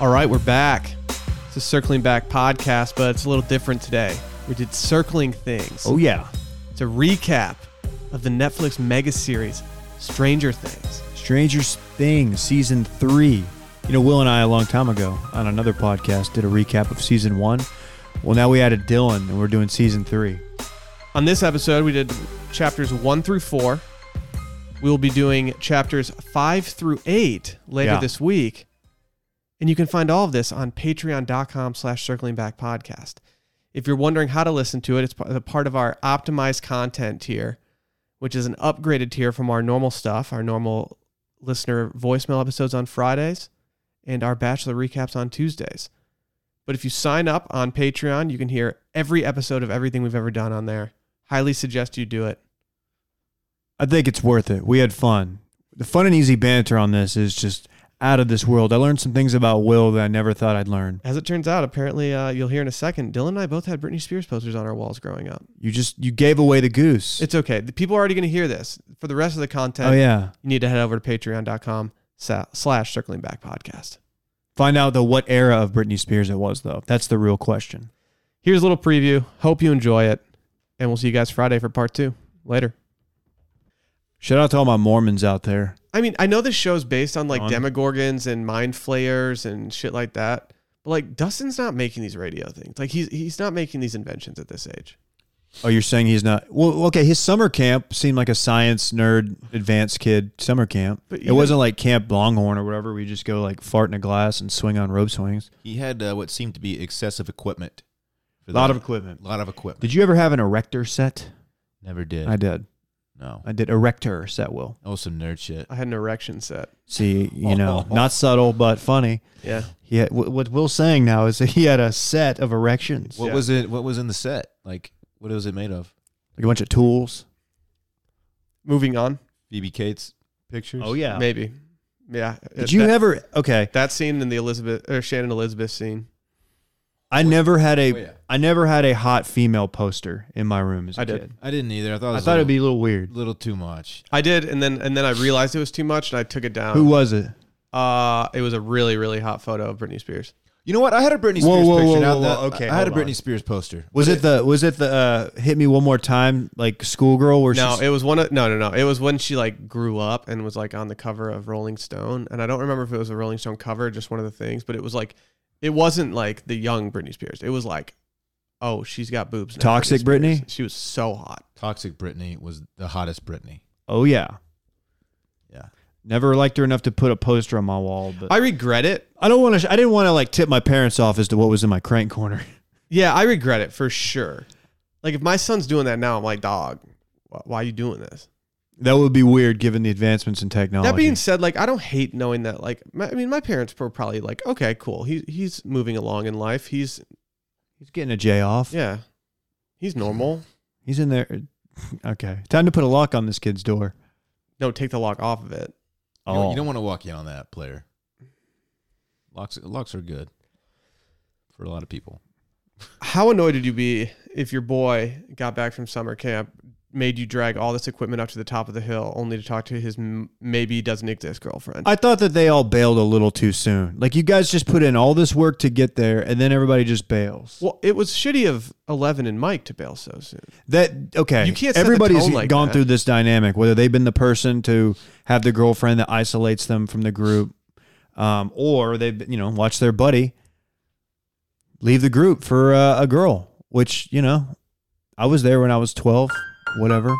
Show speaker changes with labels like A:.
A: All right, we're back. It's a circling back podcast, but it's a little different today. We did circling things.
B: Oh yeah,
A: It's a recap of the Netflix mega series Stranger Things.
B: Stranger Things season three. You know, Will and I a long time ago on another podcast did a recap of season one. Well, now we added Dylan, and we're doing season three.
A: On this episode, we did chapters 1 through 4. We will be doing chapters 5 through 8 later
B: Yeah.
A: this week. And you can find all of this on patreon.com slash circling back podcast. If you're wondering how to listen to it, it's part- a part of our optimized content tier, which is an upgraded tier from our normal stuff, our normal listener voicemail episodes on Fridays and our bachelor recaps on Tuesdays. But if you sign up on Patreon, you can hear every episode of everything we've ever done on there. Highly suggest you do it.
B: I think it's worth it. We had fun. The fun and easy banter on this is just out of this world. I learned some things about Will that I never thought I'd learn.
A: As it turns out, apparently uh, you'll hear in a second, Dylan and I both had Britney Spears posters on our walls growing up.
B: You just you gave away the goose.
A: It's okay. The people are already going to hear this. For the rest of the content,
B: oh yeah.
A: you need to head over to patreon.com sa- slash circling back podcast.
B: Find out though what era of Britney Spears it was though. That's the real question.
A: Here's a little preview. Hope you enjoy it. And we'll see you guys Friday for part two. Later.
B: Shout out to all my Mormons out there.
A: I mean, I know this show's based on like
B: On-
A: demogorgons and mind flayers and shit like that. But like Dustin's not making these radio things. Like he's he's not making these inventions at this age.
B: Oh, you're saying he's not? Well, okay. His summer camp seemed like a science nerd, advanced kid summer camp.
A: But
B: it
A: even-
B: wasn't like Camp Longhorn or whatever. We just go like fart in a glass and swing on rope swings.
C: He had uh, what seemed to be excessive equipment.
B: A
C: For
B: lot
C: that.
B: of equipment.
C: lot of equipment.
B: Did you ever have an erector set?
C: Never did.
B: I did.
C: no.
B: I did erector set. Will
C: oh, some nerd shit.
A: I had an erection set.
B: see, you know, not subtle but funny.
A: Yeah.
B: He had, what what Will's saying now is that he had a set of erections,
C: What
B: like
A: Yeah.
C: was it? What was in the set? Like, what was it made of?
B: a bunch of tools.
A: Moving on.
C: Phoebe Cates pictures.
B: yeah.
A: Maybe. Yeah.
B: Did you
A: that,
B: ever? Okay,
A: that scene in the Elizabeth or Shannon Elizabeth scene?
B: I never had
C: Oh, yeah.
B: a I never had a hot female poster in my room as a
A: I did.
B: kid.
C: I didn't either. I thought. It
B: I
C: was
B: thought
C: a
B: it'd
C: little,
B: be a little weird.
C: little too much.
A: I did, and then and then I realized it was too much, and I took it down.
B: Who was it?
A: Uh, it was a really really hot photo of Britney Spears.
C: You know what? I had a Britney Spears
B: Whoa, whoa,
C: picture.
B: whoa,
C: now
B: whoa,
C: that-
B: whoa, okay,
C: I had a
B: hold
C: Britney
B: on.
C: Spears poster.
B: Was it the was it the uh, hit me one more time like schoolgirl where
A: No,
B: she's
A: it was one of no, no, no. It was when she like grew up and was like on the cover of Rolling Stone, and I don't remember if it was a Rolling Stone cover, or just one of the things, but it was like, it wasn't like the young Britney Spears. It was like, oh, she's got boobs. Now,
B: Toxic
A: Spears.
B: Britney?
A: She was so hot.
C: Toxic Britney was the hottest Britney.
B: oh yeah
C: Yeah.
B: never liked her enough to put a poster on my wall but I,
A: I regret it.
B: don't want to I didn't want to like tip my parents off as to what was in my crank corner
A: Yeah, I regret it for sure. Like if my son's doing that now, I'm like, dog, wh- why are you doing this?
B: that would be weird given the advancements in technology
A: That being said, like I don't hate knowing that. Like my, I mean, my parents were probably like, okay, cool. He he's moving along in life. He's
B: he's getting a J off
A: yeah, he's normal.
B: he's in there okay time to put a lock on this kid's door
A: No, take the lock off of it.
C: You don't-
B: oh
C: You don't want to walk in on that player. Locks. Locks are good for a lot of people.
A: How annoyed would you be if your boy got back from summer camp, made you drag all this equipment up to the top of the hill, only to talk to his m- maybe doesn't exist girlfriend?
B: I thought that they all bailed a little too soon like you guys just put in all this work to get there and then everybody just bails
A: well, it was shitty of Eleven and Mike to bail so soon.
B: That okay.
A: You can't set the
B: Everybody's
A: tone like
B: gone
A: that.
B: through this dynamic, whether they've been the person to have the girlfriend that isolates them from the group, um, or they've you know watched their buddy leave the group for uh, a girl. Which you know, I was there when I was twelve. Whatever.